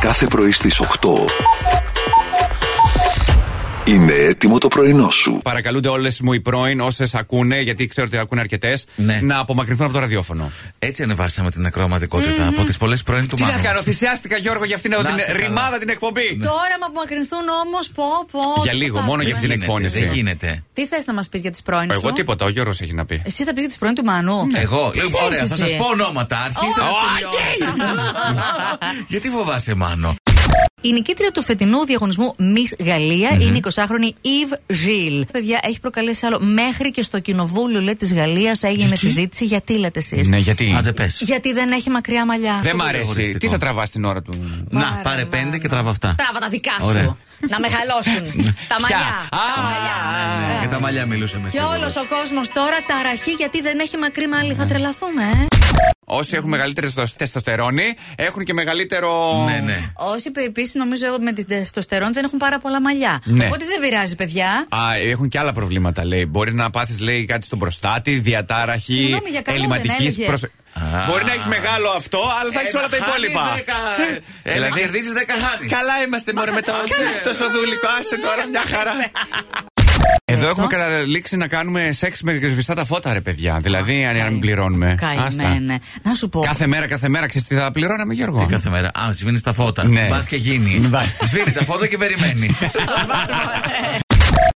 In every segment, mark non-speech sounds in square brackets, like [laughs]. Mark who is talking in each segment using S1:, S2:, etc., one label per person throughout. S1: κάθε πρωί στις 8. Είναι έτοιμο το πρωινό σου.
S2: Παρακαλούνται όλες μου οι πρώην, όσες ακούνε, γιατί ξέρω ότι ακούνε αρκετές,
S3: Ναι.
S2: να απομακρυνθούν από το ραδιόφωνο.
S3: Έτσι ανεβάσαμε την ακροματικοτητα από τις πολλές πρώην του
S2: Τι να
S3: Μάνου.
S2: κάνω, θυσιάστηκα Γιώργο για αυτήν εδώ
S3: Να
S2: την
S3: σε καλά.
S2: ρημάδα την εκπομπή.
S4: Τώρα μα απομακρυνθούν όμως, πω, πω.
S2: Για
S4: τι
S2: λίγο,
S4: θα
S2: μόνο
S4: πάθουμε.
S2: για αυτή την
S3: Δεν γίνεται,
S2: εκφώνηση.
S3: Δεν γίνεται.
S4: Τι θες να μας πεις για τις πρώην σου.
S2: Εγώ τίποτα, ο Γιώργος έχει να πει.
S4: Εσύ θα πεις για τις πρώην του Μανού.
S3: Εγώ.
S4: Ναι. Τι ε.
S3: Λοιπόν, Ωραία,
S4: ξέρεις
S3: θα σας
S4: εσύ?
S3: πω ονόματα. Αρχίστε να
S2: Ω,
S3: σημειώνετε. Γιατί φοβάσαι, Μάνο.
S4: Η νικήτρια του φετινού διαγωνισμού Miss Γαλλία είναι η 20χρονη Yves Gilles. Παιδιά, έχει προκαλέσει άλλο. Μέχρι και στο κοινοβούλιο λέει, της Γαλλίας έγινε συζήτηση. Γιατί λέτε εσείς.
S2: Ναι, γιατί.
S3: Άντε πες.
S4: Γιατί δεν έχει μακριά μαλλιά.
S2: Δεν μ'
S3: είναι
S2: αρέσει. Τι
S3: εγωιστικό.
S2: θα τραβάς την ώρα του.
S3: Να,
S4: Πάρε,
S3: πάρε
S4: Μάνο.
S3: πέντε και τραβά αυτά.
S4: Τράβα τα δικά σου.
S3: Ωραία.
S4: Να μεγαλώσουν. τα
S2: Ποια?
S4: μαλλιά.
S2: Α,
S4: τα μαλλιά.
S3: Ναι, Για τα μαλλιά μιλούσαμε.
S4: Και όλος ο κόσμος τώρα ταραχεί γιατί δεν έχει μακρύ μαλλί. Θα τρελαθούμε, ε.
S2: Όσοι έχουν μεγαλύτερη τεστοστερόνη έχουν και μεγαλύτερο.
S3: Ναι, ναι.
S4: Όσοι επίσης νομίζω με την τεστοστερόν δεν έχουν πάρα πολλά μαλλιά.
S2: Ναι.
S4: Οπότε δεν πειράζει, παιδιά.
S2: Α, έχουν και άλλα προβλήματα, λέει. Μπορεί να πάθεις, λέει, κάτι στον προστάτη, διατάραχη,
S4: Συγγνώμη, για καλό δεν
S2: ελληματικής.
S4: έλεγε.
S3: Α.
S2: Μπορεί να έχεις μεγάλο αυτό, αλλά θα έχεις όλα τα υπόλοιπα.
S3: Ένα
S2: Δηλαδή-
S3: κερδίζει, ε, δέκα χάνεις.
S2: Καλά είμαστε μόνο με το, το σοδούλικο. Άσε τώρα μια χαρά. Εδώ έχουμε καταλήξει να κάνουμε σεξ με σβηστά τα φώτα, ρε παιδιά. Δηλαδή, αν αν πληρώνουμε. Άστα.
S4: Καημένε. Να σου πω.
S2: Κάθε μέρα, κάθε μέρα, ξέρεις τι θα πληρώναμε, Γιώργο.
S3: Τι κάθε μέρα. Α, σβήνεις τα φώτα.
S2: Ναι.
S3: Μπα και γίνει. Σβήνει τα φώτα και
S2: [laughs]
S3: περιμένεις.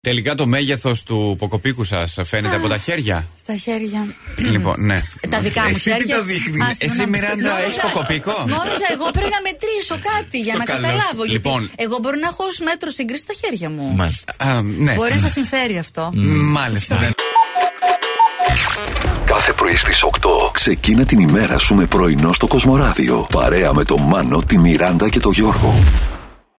S2: Τελικά το μέγεθος του ποκοπίκου σας φαίνεται από τα χέρια.
S4: Στα χέρια.
S2: Λοιπόν, ναι.
S4: Τα δικά μου
S3: Εσύ τι
S4: χέρια.
S3: τα δείχνεις?
S4: Ας,
S2: Εσύ,
S4: συγγνώμη.
S2: Μιράντα,
S4: Νόμιζα-
S2: έχεις κοκοπίκο?
S4: Νόμιζα εγώ πρέπει να μετρήσω κάτι για
S3: Στο
S4: να
S3: καλό.
S4: καταλάβω.
S2: Λοιπόν.
S4: Γιατί εγώ μπορώ να έχω ως μέτρο σύγκριση στα χέρια μου.
S3: Μάλιστα.
S2: Α, ναι.
S4: Μπορεί να σας συμφέρει αυτό.
S2: Μάλιστα.
S1: Κάθε πρωί στις 8. Ξεκίνα την ημέρα σου με πρωινό στο Κοσμοράδιο. Παρέα με τον Μάνο, τη Μιράντα και τον Γιώργο.